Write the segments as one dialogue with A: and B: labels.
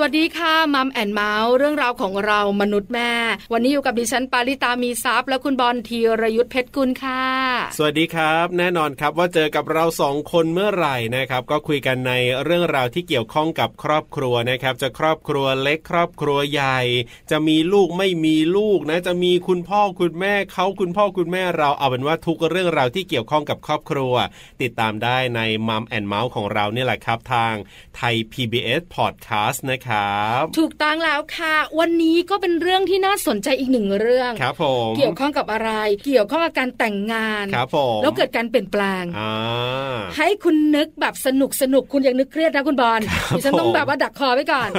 A: สวัสดีค่ะมัมแอนเมาส์เรื่องราวของเรามนุษย์แม่ วันนี้อยู่กับดิฉันปาริตามีซัพย์และคุณบอลธีรยุทธเพชรกุลค่ะ
B: สวัสดีครับ แน่นอนครับว่าเจอกับเราสองคนเมื่อไหร่นะครับ ก็คุยกันในเรื่องราวที่เกี่ยวข้องกับครอบครัวนะครับ จะครอบครัวเล็กครอบครัวใหญ่ จะมีลูกไม่มีลูกนะ จะมีคุณพ่อคุณแม่เขาคุณพ่อคุณแม่เราเอาเป็นว่าทุกเรื่องราวที่เกี่ยวข้องกับครอบครัว ติดตามได้ในมัมแอนเมาส์ของเราเนี่ยแหละครับทางไทย PBS Podcast นะครับ
A: ถูกต้องแล้วค่ะ วันนี้ก็เป็นเรื่องที่น่าสนใจอีกหนึ่งเรื่อง
B: ครับผม
A: เกี่ยวข้องกับอะไร เกี่ยวข้องกับการแต่งงาน
B: ครับผม
A: แล้วเกิดการเปลี่ยนแปลง
B: อ่า
A: ให้คุณนึกแบบสนุกสนุกคุณยังนึกเครียดนะคุณบอลดิฉันต้อง
B: ผม
A: แบบว่าดักคอไว้ก่อน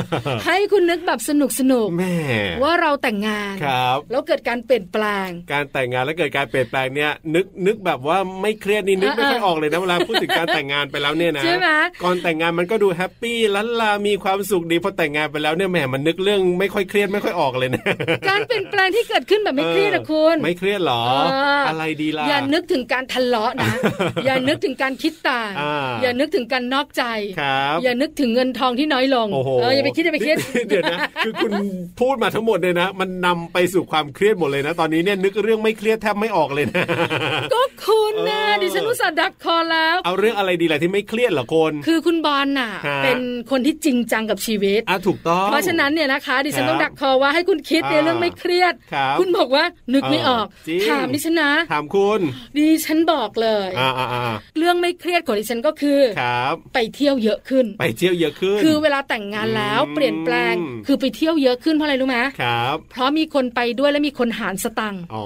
A: ให้คุณนึกแบบสนุกสนุก
B: แม่
A: ว่าเราแต่งงาน
B: ครับ
A: แล้วเกิดการเปลี่ยนแปลง
B: การแต่งงานแล้วเกิดการเปลี่ยนแปลงเนี่ยนึกนึกแบบว่าไม่เครียดนี่นึกไม่ค่อยออกเลยนะเวลาพูดถึงการแต่งงานไปแล้วเนี่ยนะ
A: ใช่ไหม
B: ก่อนแต่งงานมันก็ดูแฮปปี้ลันลามีความสุขดีพอแต่งงานไปแล้วเนี่ยแหมมันนึกเรื่องไม่ค่อยเครียดไม่ค่อยออกเลยนะ
A: การเปลี่ยนแปลงที่เกิดขึ้นแบบไม่เครียดนะคุณ
B: ไม่เครียดเหรอ
A: เอออ
B: อะไรดีล่ะ
A: อย่านึกถึงการทะเลาะนะ อย่านึกถึงการคิดต่าง
B: อ่า
A: อย่านึกถึงการนอกใจ
B: ครับ
A: อย่านึกถึงเงินทองที่น้อยลง
B: โอ้โห
A: เอออย่าไปคิดอย่า ไปคิด
B: เดี๋ยวนะคือคุณพูดมาทั้งหมดเลยนะ มันนำไปสู่ความเครียดหมดเลยนะ ตอนนี้เนี่ยนึกเรื่องไม่เครียดแทบไม่ออกเลยนะ
A: ก็คุณนะ
B: เออ
A: ดิฉันรู้สึกดักคอแล้ว
B: เอาเรื่องอะไรดีล่ะที่ไม่เครียดเหรอคน
A: คือคุณบอลน่ะ
B: ฮะ
A: เป็นคนที่จริงจังกับชีวิต
B: อ่ะถูกต้อง
A: เพราะฉะนั้นเนี่ยนะคะดิฉัน
B: ครับ
A: ต้องดักคอว่าให้คุณคิดใน
B: อ่า
A: เรื่องไม่เครียด
B: ครับ
A: ณบอกว่านึกไม่ออก
B: เออจริง
A: ถามดิฉันนะ
B: ถามคุณ
A: ดิฉันบอกเลย
B: อ่าอ่าอ่า
A: เรื่องไม่เครียดของดิฉันก็คือ
B: ครับ
A: ไปเที่ยวเยอะขึ้น
B: ไปเที่ยวเยอะขึ้น
A: คือเวลาแต่งงานแล้ว
B: อืม
A: เปลี่ยนแปลงคือไปเที่ยวเยอะขึ้นเพราะอะไรรู้ไหม
B: ครับ
A: เพราะมีคนไปด้วยและมีคนหารสตังค์
B: อ๋อ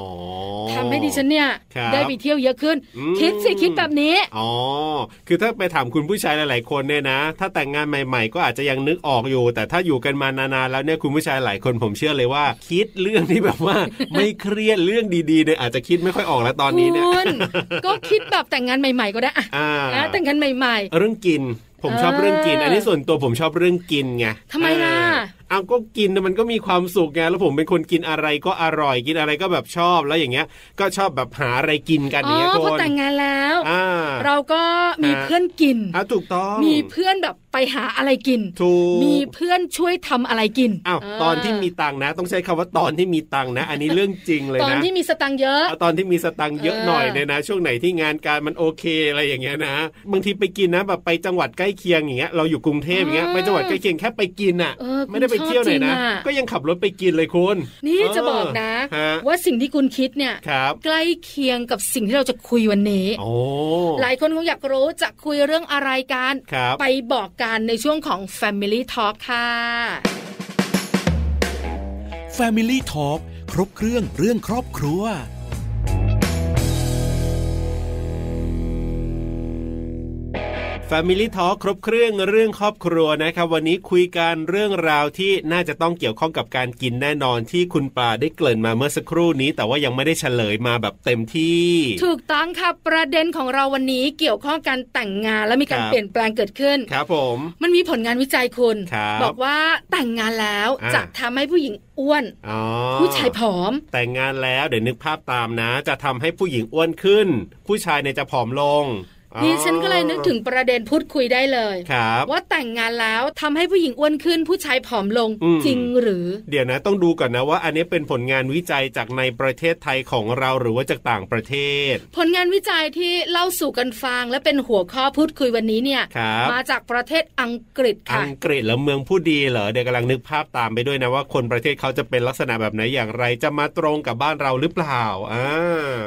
A: ทำให้ดิฉันเนี่ย
B: ครับ
A: ได้ไปเที่ยวเยอะขึ้น
B: อืม
A: คิดสิคิดแบบนี้
B: อ๋อ คือถ้าไปถามคุณผู้ชายหลาย ๆ คนเนี่ยนะ ถ้าแต่งงานใหม่ ๆ ก็อาจจะยังนึกออกอยู่ แต่ถ้าอยู่กันมานาน ๆ แล้วเนี่ยคุณผู้ชายหลายคนผมเชื่อเลยว่า คิดเรื่องที่แบบว่า ไม่เครียดเรื่องดี ๆ เนี่ยอาจจะคิดไม่ค่อยออกแล้วตอนนี้เนี่ย
A: คุณ ก็คิดแบบแต่งงานใหม่ ๆ ก็ได้อะ
B: อ่า
A: นะแต่งงานใหม่
B: เรื่องกิน ผมชอบเรื่องกิน
A: เอออั
B: อันนี้ส่วนตัวผมชอบเรื่องกินไง
A: ทำไมล่ะ
B: เออเอาก็กินน่ะมันก็มีความสุขไงแล้วผมเป็นคนกินอะไรก็อร่อยกินอะไรก็แบบชอบแล้วอย่างเงี้ย ก็ชอบแบบหาอะไรกินกัน
A: ๆอ๋
B: ย่างเนี้ย
A: อ
B: ค
A: พอน แต่งงานแล้ว
B: อ่า
A: เราก็มี
B: ฮะ
A: เพื่อนกิน
B: อ่ะถูกต้อง
A: มีเพื่อนแบบไปหาอะไรกิน
B: ถูก
A: มีเพื่อนช่วยทำอะไรกิน
B: อ้าว
A: เ
B: ตอนที่มีตังค์นะ ต้องใช้คำว่าตอนที่มีตังค์นะ อันนี้เรื่องจริงเลย
A: ตอน
B: นะ
A: ที่มีสตังค์เยอะ
B: เอาตอนที่มีสตังค์เยอะ
A: เออ
B: หน่อยเนี่ยนะ ช่วงไหนที่งานการมันโอเคอะไรอย่างเงี้ยนะบางทีไปกินนะแบบไปจังหวัดใกล้เคียงอย่างเงี้ยเราอยู่กรุงเทพอย่างเงี้ยไปจังหวัดใกล้เคียงแค่ไปกินอ่ะ
A: เออ
B: ไม่ได้ไปเที่ยวไหนนะ
A: คุณชอบจริงอ
B: ก็ยังขับรถไปกินเลยคุณ
A: นี่
B: เออ
A: จะบอกนะ
B: ฮะ
A: ว่าสิ่งที่คุณคิดเนี่ย
B: ครับ
A: ใกล้เคียงกับสิ่งที่เราจะคุยวันนี้
B: โอ้
A: หลายคนคงอยากรู้จะคุยเรื่องอะไรกัน
B: ครับ
A: ไปบอกกันในช่วงของ Family Talk ค่ะ
C: Family Talk ครบเครื่องเรื่องครอบครัว
B: Family Talk ครบเครื่องเรื่องครอบครัวนะครับ วันนี้คุยกันเรื่องราวที่น่าจะต้องเกี่ยวข้องกับการกินแน่นอนที่คุณปลาได้เกริ่นมาเมื่อสักครู่นี้ แต่ว่ายังไม่ได้เฉลยมาแบบเต็มที่
A: ถูกต้องค่ะประเด็นของเราวันนี้เกี่ยวข้องการแต่งงานและมีการ
B: ครับ
A: เปลี่ยนแปลงเกิดขึ้น
B: ครับผม
A: มันมีผลงานวิจัยคุณ
B: ครับ
A: บอกว่าแต่งงานแล้ว
B: อ่า
A: จะทำให้ผู้หญิงอ้วน
B: อ๋อ
A: ผู้ชายผอม
B: แต่งงานแล้วเดี๋ยวนึกภาพตามนะ จะทำให้ผู้หญิงอ้วนขึ้น ผู้ชายเนี่ยจะผอมลงอ๋อ
A: ดิฉันก็เลยนึกถึงประเด็นพูดคุยได้เลย
B: ครับ
A: ว่าแต่งงานแล้วทำให้ผู้หญิงอ้วนขึ้น ผู้ชายผอมลง
B: อืม
A: จริงหรือ
B: เดี๋ยวนะต้องดูก่อนนะว่าอันนี้เป็นผลงานวิจัยจากในประเทศไทยของเราหรือว่าจากต่างประเทศ
A: ผลงานวิจัยที่เล่าสู่กันฟังและเป็นหัวข้อพูดคุยวันนี้เนี่ย
B: ครับ
A: มาจากประเทศอังกฤษค่ะ
B: อังกฤษเหรือเมืองผู้ดีเหรอเดี๋ยวกำลังนึกภาพตามไปด้วยนะว่าคนประเทศเขาจะเป็นลักษณะแบบไหนอย่างไร จะมาตรงกับบ้านเราหรือเปล่าอ่า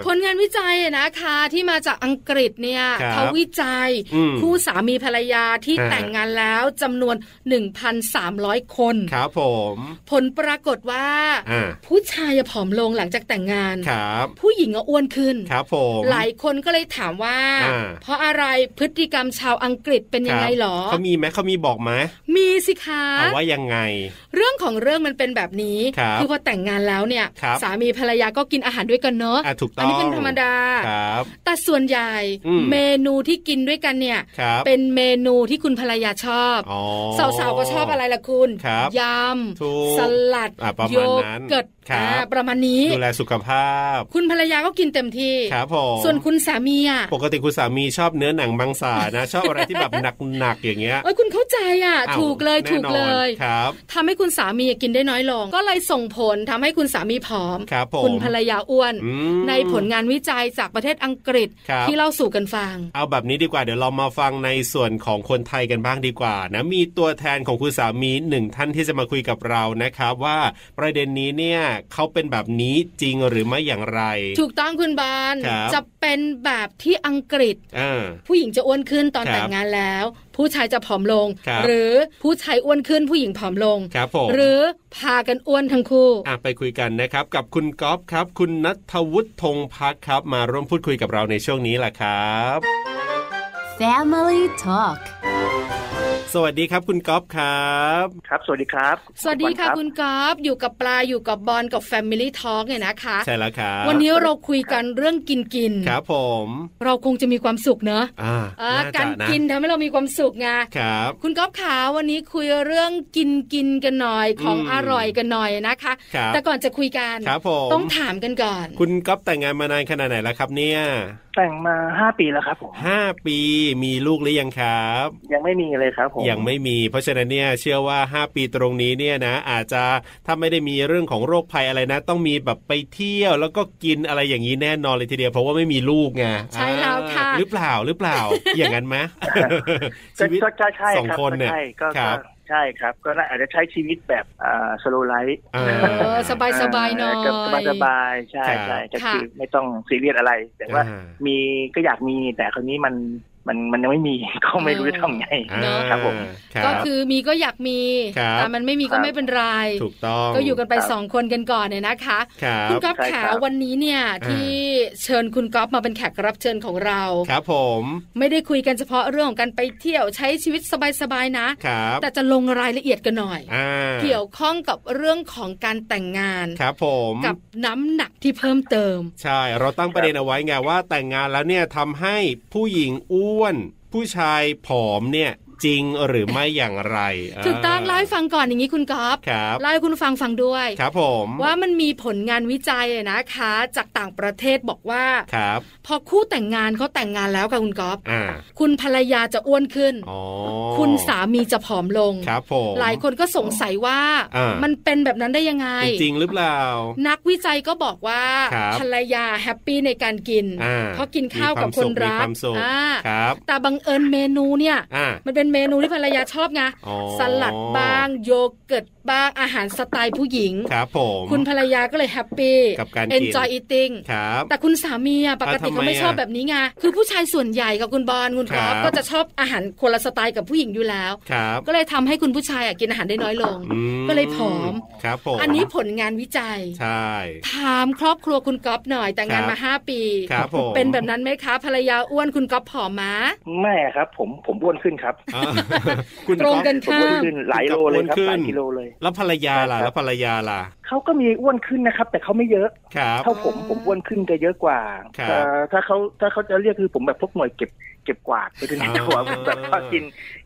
A: ผลงานวิจัยนะคะที่มาจากอังกฤษเนี่ย
B: ครับ
A: เขาวิจัย
B: อืม
A: คู่สามีภรรยาที่
B: ฮะ
A: แต่งงานแล้วจำนวน 1,300 คน
B: ครับผม
A: ผลปรากฏว่า
B: อ่า
A: ผู้ชายอะผอมลงหลังจากแต่งงาน
B: ครับ
A: ผู้หญิงอะอ้วนขึ้น
B: ครับผม
A: หลายคนก็เลยถามว่า
B: อ่า
A: เพราะอะไรพฤติกรรมชาวอังกฤษเป็นยังไง
B: คบ
A: หรอ
B: เขามีไหมเขามีบอกไหม
A: มีสิคะ
B: เอาว่ายังไง
A: เรื่องของเรื่องมันเป็นแบบนี้
B: ครับ
A: อพอแต่งงานแล้วเนี่ย
B: ครับ
A: สามีภรรยาก็กินอาหารด้วยกันเนาะ
B: อ่ะถูกต้อง
A: นนี้เป็นธรรมดา
B: ครับ
A: แต่ส่วนใหญ่
B: อืม
A: เม นูที่กินด้วยกันเนี่ย
B: ครับ
A: เป็นเมนูที่คุณภรรยาชอบ
B: อ๋อ
A: สาวๆก็ชอบอะไรล่ะคุณ
B: ครับ
A: ย
B: ถูก
A: ำสลัด
B: อ่ะประ
A: โย
B: มาณนั้น
A: เกิร์ต
B: ครับ
A: อ่าประมาณนี้
B: ดูแลสุขภาพ
A: คุณภรรยาก็กินเต็มที่
B: ครับผม
A: ส่วนคุณสามีอ่ะ
B: ปกติคุณสามีชอบเนื้อหนังมังสานะ ชอบอะไรที่แบบหนักๆอย่างเงี้ย
A: เอ้ยคุณเข้าใจอ่ะ
B: อ้าว
A: ถูกเลย
B: แน่
A: ถูก
B: นอน
A: เลย
B: ครับ
A: ทำให้คุณสามีกินได้น้อยลง ก็เลยส่งผลทำให้คุณสามีผอม
B: ครับผม
A: คุณภรรยาอ้วน
B: อืม
A: ในผลงานวิจัยจากประเทศอังกฤษ
B: ครับ
A: ที่เล่าสู่กันฟัง
B: เอาแบบนี้ดีกว่าเดี๋ยวเรามาฟังในส่วนของคนไทยกันบ้างดีกว่านะมีตัวแทนของคุณสามีหนึ่งท่านที่จะมาคุยกับเรานะครับ ว่าประเด็นนี้เนี่ยเขาเป็นแบบนี้จริงหรือไม่อย่างไร
A: ถูกต้องคุณบอล
B: ครับ
A: จะเป็นแบบที่อังกฤษ
B: อ่า
A: ผู้หญิงจะอ้วนขึ้นตอน
B: ครับ
A: แต่งงานแล้ว ผู้ชายจะผอมลง
B: ครับ
A: หรือผู้ชายอ้วนขึ้นผู้หญิงผอมลง
B: ครับผม
A: หรือพากันอ้วนทั้งคู่
B: อ่ะไปคุยกันนะครับ กับคุณก๊อฟครับ คุณนัทวุฒิธงพักครับ มาร่วมพูดคุยกับเราในช่วงนี้แหละครับ
D: Family Talk
B: สวัสดีครับคุณก๊อฟครับ
E: ครับ สวัสดีครับ
A: สวัสดีค่ะ
E: รับ
A: คุณกอฟอยู่กับปลาอยู่กับบอลกับ Family Talk เนี่ยนะคะ
B: ใช่แล้วครับ
A: วันนี้เราคุยกันเรื่องกินกิน
B: ครับผม
A: เราคงจะมีความสุขเนอะ
B: อ่า
A: อ่า
B: น่จะ
A: การ
B: ะ
A: กินทำให้เรามีความสุขไง
B: ครับ
A: คุณก๊อฟขาวันนี้คุยเรื่องกินกินกันหน่อยของ
B: อืม
A: อร่อยกันหน่อยนะคะ
B: ครับ
A: แต่ก่อนจะคุยกัน
B: ครับผม
A: ต้องถามกันก่อน
B: คุณก๊อฟแต่งงานมานานขนาดไหนแล้วครับเนี่ย
E: แต่งมาห้าปีแล้วครับผม
B: ห้าปีมีลูกหรือยังครับ
E: ยังไม่มีเลยครับผม
B: ยังไม่มี เพราะฉะนั้นเนี่ยเชื่อว่าห้าปีตรงนี้เนี่ยนะ อาจจะถ้าไม่ได้มีเรื่องของโรคภัยอะไรนะ ต้องมีแบบไปเที่ยว แล้วก็กินอะไรอย่างนี้แน่นอนเลยทีเดียวเพราะว่าไม่มีลูกไง
A: ใช่แล้วค่ะ
B: อ่าหรือเปล่าหรือเปล่า อย่างนั้นไห ม
E: ก็
B: ชีวิต
E: ก็ก็ใช่
B: สอง
E: ครับ
B: คนเนี่ย
E: ก็
B: ค
E: ใช่ก็ก็
B: รับ
E: ใช่ครับ ก็น่าอาจจะใช้ชีวิตแบบอ่าสโลไลท์
B: เออ
A: เออสบายสบายหน่อย
E: สบายสบายๆใช่
B: ครับ
E: ใช่ก็
A: ค่ะ
E: คือไม่ต้องซีเรียสอะไร แต่ว่า
B: อ่า
E: มีก็อยากมีแต่คนนี้มันมันมันยังไม่มี ก็ไม่รู้จะทำไง
B: อ่า
A: เนอะ
E: ครับผม
B: รับ
A: ก็คือมีก็อยากมี
B: ครับ
A: แต่มันไม่มีก็
E: ครับ
A: ไม่เป็นไร
B: ถูกต้อง
A: ก็อยู่กันไป
E: ครับ
A: สองคนกันก่อนเนี่ยนะคะ
B: ครับ
A: คุณก๊อฟ
E: ใช่ครั
A: ขา
E: บ
A: วันนี้เนี่ยที่เชิญคุณก๊อฟมาเป็นแขกรับเชิญของเรา
B: ครับผม
A: ไม่ได้คุยกันเฉพาะเรื่องของการไปเที่ยวใช้ชีวิตสบายๆนะ
B: ครับ
A: แต่จะลงรายละเอียดกันหน่อย
B: อ่า
A: เกี่ยวข้องกับเรื่องของการแต่งงาน
B: ครับผม
A: กับน้ำหนักที่เพิ่มเติม
B: ใช่ เราตั้งประเด็นเอาไว้ไงว่าแต่งงานแล้วเนี่ยทำให้ผู้หญิงอ้วน ผู้ชายผอมเนี่ยจริงหรือไม่อย่างไร
A: ถูกต้องเล่าให้ฟังก่อนอย่างนี้คุณก๊อฟ
B: ครับ
A: เล่าให้คุณฟังฟังด้วย
B: ครับผม
A: ว่ามันมีผลงานวิจัยอะนะคะ จากต่างประเทศบอกว่า
B: ครับ
A: พอคู่แต่งงานเขาแต่งงานแล้วค่ะคุณก๊อฟ
B: อ่า
A: คุณภรรยาจะอ้วนขึ้น
B: อ๋อ
A: คุณสามีจะผอมลง
B: ครับผม
A: หลายคนก็สงสัยว่า
B: อ่ามั
A: มันเป็นแบบนั้นได้ยังไง
B: เป็นจริงหรือเปล่า
A: นักวิจัยก็บอกว่า
B: ครับ
A: ภรรยาแฮปปี้ในการกิน
B: อ่า
A: เพราะกินข้าวกับคนรัก
B: มีความสุขมีความ
A: อ่า
B: สุขครับ
A: แต่บังเอิญเมนูเนี่ย
B: อ่ามั
A: มันเป็นเมนูที่ภรรยาชอบไง
B: อ๋อ
A: สลัดบ้าง โยเกิร์ตบ้างอาหารสไตล์ผู้หญิง
B: ครับผม
A: คุณภรรยาก็เลยแฮปปี้
B: กับการกิน
A: เอนจอยอิทติ้ง
B: ครับ
A: แต่คุณสามีอะปกติ
B: อ่ะทำไม
A: เขาไม่ชอบ
B: อะ
A: แบบนี้ไงคือผู้ชายส่วนใหญ่กับคุณบอลคุณกอล์ฟ
B: ครับ
A: ก็จะชอบอาหารคนละสไตล์กับผู้หญิงอยู่แล้ว
B: ครับ
A: ก็เลยทำให้คุณผู้ชายอะกินอาหารได้น้อยลง
B: อืม
A: ก็เลยผอม
B: ครับผม
A: อันนี้ผลงานวิจัย
B: ใช่
A: ถามครอบครัวคุณก๊อฟหน่อย แต่งงาน
B: ครับ
A: มาห้าปี
B: ครับผม
A: เป็นแบบนั้นไหมคะภรรยาอ้วนคุณก๊อฟผอมมา
E: ไม่ครับ ผมผมบ้วนขึ้นครับ
B: อ่าคุณ
A: ตรงกัน
E: ผม
A: ข้า
E: บ้วน
A: ม
E: ขึ้นหลายโลเลยครับหลายกิโลเลย
B: แล้วภรรยาล่ะ
E: ใช่ครับ
B: แล้วภรรยาล่ะ
E: เขาก็มีอ้วนขึ้นนะครับ แต่เขาไม่เยอะ
B: ครับ
E: เท่าผมผมอ้วนขึ้นจะเยอะกว่า
B: ครับ
E: เอ่อถ้าเขาถ้าเขาจะเรียกคือผมแบบพวกหน่วยเก็บเก็บกวาดไปถึงหัวาผมแบบว่ากิน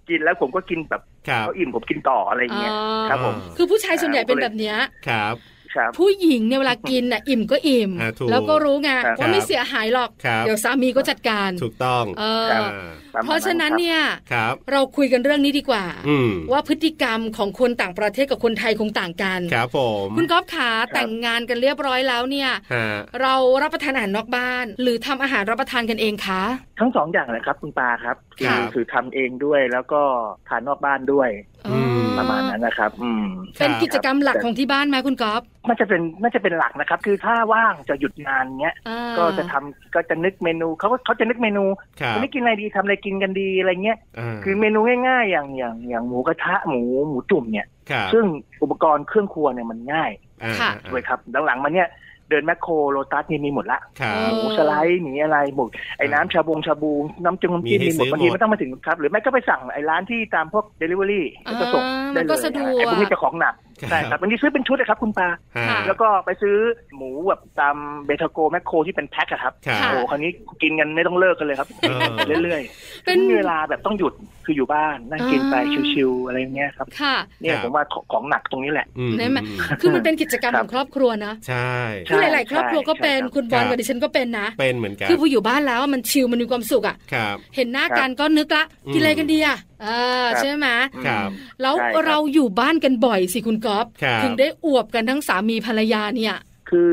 E: กินแล้วผมก็กินแบบ
B: ครับ
E: เขาอิ่มผมกินต่ออะไรอย่าง
A: อ๋อ
E: เงี้ย ครับผม
A: คือผู้ชายส่วนใหญ่เป็นแบบเนี้ย
B: ครับ
E: ครับ
A: ผู้หญิงเนี่ยเวลากินน่ะอิ่มก็อิ่ม
B: อ่ะถูก
A: แล้วก็รู้ไง
E: ครับ
A: ว่าไม่เสียหายหรอก
B: ครับ
A: เดี๋ยวสามีก็จัดการ
B: ถูกต้อง
A: เอ
E: ครั
A: อบ
E: ปมณ
A: เพราะฉะนั้นเนี่ย
B: ครับ
A: เราคุยกันเรื่องนี้ดีกว่า
B: อืม
A: ว่าพฤติกรรมของคนต่างประเทศกับคนไทยคงต่างกัน
B: ครับผม
A: คุณก๊อฟขาแต่งงานกันเรียบร้อยแล้วเนี่ย
B: ฮะ
A: เรารับประทานอาหารนอกบ้าน หรือทำอาหารรับประทานกันเองคะ
E: ทั้งสองอย่างเลยครับคุณปาครับ
A: ครับ
E: คือทำเองด้วยแล้วก็ทานนอกบ้านด้วย
A: อ๋อ
E: ประมาณนั้นนะครับ อืม
A: เป็นกิจกรรมหลัก
E: ครับ
A: ของที่บ้านไหมคุณก๊อฟ
E: น่าจะเป็นน่าจะเป็นหลักนะครับ คือถ้าว่างจะหยุดงานเงี้ย
A: อ่า
E: ก็จะทำก็จะนึกเมนูเขาก็เขาจะนึกเมนู
B: ครับ
E: วันนี้กินอะไรดีทำอะไรกินกันดีอะไรเงี้ย
B: า
E: คือเมนูง่ายๆ อย่างอย่างอย่างหมูกระทะหมูหมูจุ่มเนี่ย
B: ครับ
E: ซึ่งอุปกรณ์เครื่องครัวเนี่ยมันง่าย
B: อ่า
E: ด้ยครับหลังๆมาเนี่ยเดินแมคโครโลตัสนี่มีหมดละ
B: ครั
E: ห
B: บ
E: มูสไลด์หนีอะไรหมดไอ้น้ำชาบงชาบูน้ำจงน้ำจิ้ม
B: มีให้
E: มีหมด
B: ซื้อหมด
E: บางทีไม่ต้องมาถึงครับ หรือไม่ก็ไปสั่งไอ้ร้านที่ตามพวกเดลิเวอรี่แล้วก็ส่ง
A: อ่า
E: ได้
A: มัน
E: เล
A: ก็
E: ย
A: สะดว
E: ไอ้
A: ก
E: พวกนี้จะของหนัก ใช่ครับบางทีซื้อเป็นชุดนะครับคุณปา
B: ฮะ
A: ค่ะ
E: แล้วก็ไปซื้อหมูแบบตามเบทาโกแมคโครที่เป็นแพ็คอะครับ
B: ครับ
E: โอ้โหคราวนี้กินกันไม่ต้องเลิกกันเลยครับ
B: เออ
E: กินเรื่อยๆ
A: เป็น
E: ไม่มีเวลาแบบต้องหยุดคืออยู่บ้านนั่งกินไป
A: อ่า
E: ชิวๆอะไรอย่างเงี้ยครับ
A: ค่ะ
E: เนี่
B: ค
E: ย
B: รับ
E: ผมว่าของของหนักตรงนี้แหละ
B: อืม
A: ได้ไหมคือมันเป็นกิจกรรมของครอบครัวนะ
B: ใช่
E: ใช่
A: คือหลาย ๆ ครอบครัวก็เป็น
E: ใช่ครับ
A: คุณบอล
B: ครับ
A: กับดิฉันก็เป็นนะ
B: เป็นเหมือนกัน
A: คือพออยู่บ้านแล้วมันชิลมันมีความสุขอ่ะ
B: ครับ
A: เห็นหน้า
E: ครับ
A: กันก็นึกละ
B: อืม
A: กินอะไรกันดีอ่ะเออ
E: ครับ
A: ใช่ไหม
B: ครับ
A: แล้ว
E: ใช่ครับ
A: เราอยู่บ้านกันบ่อยสิคุณก๊อฟ
B: ครับ
A: ถึงได้อวบกันทั้งสามีภรรยาเนี่ย
E: คือ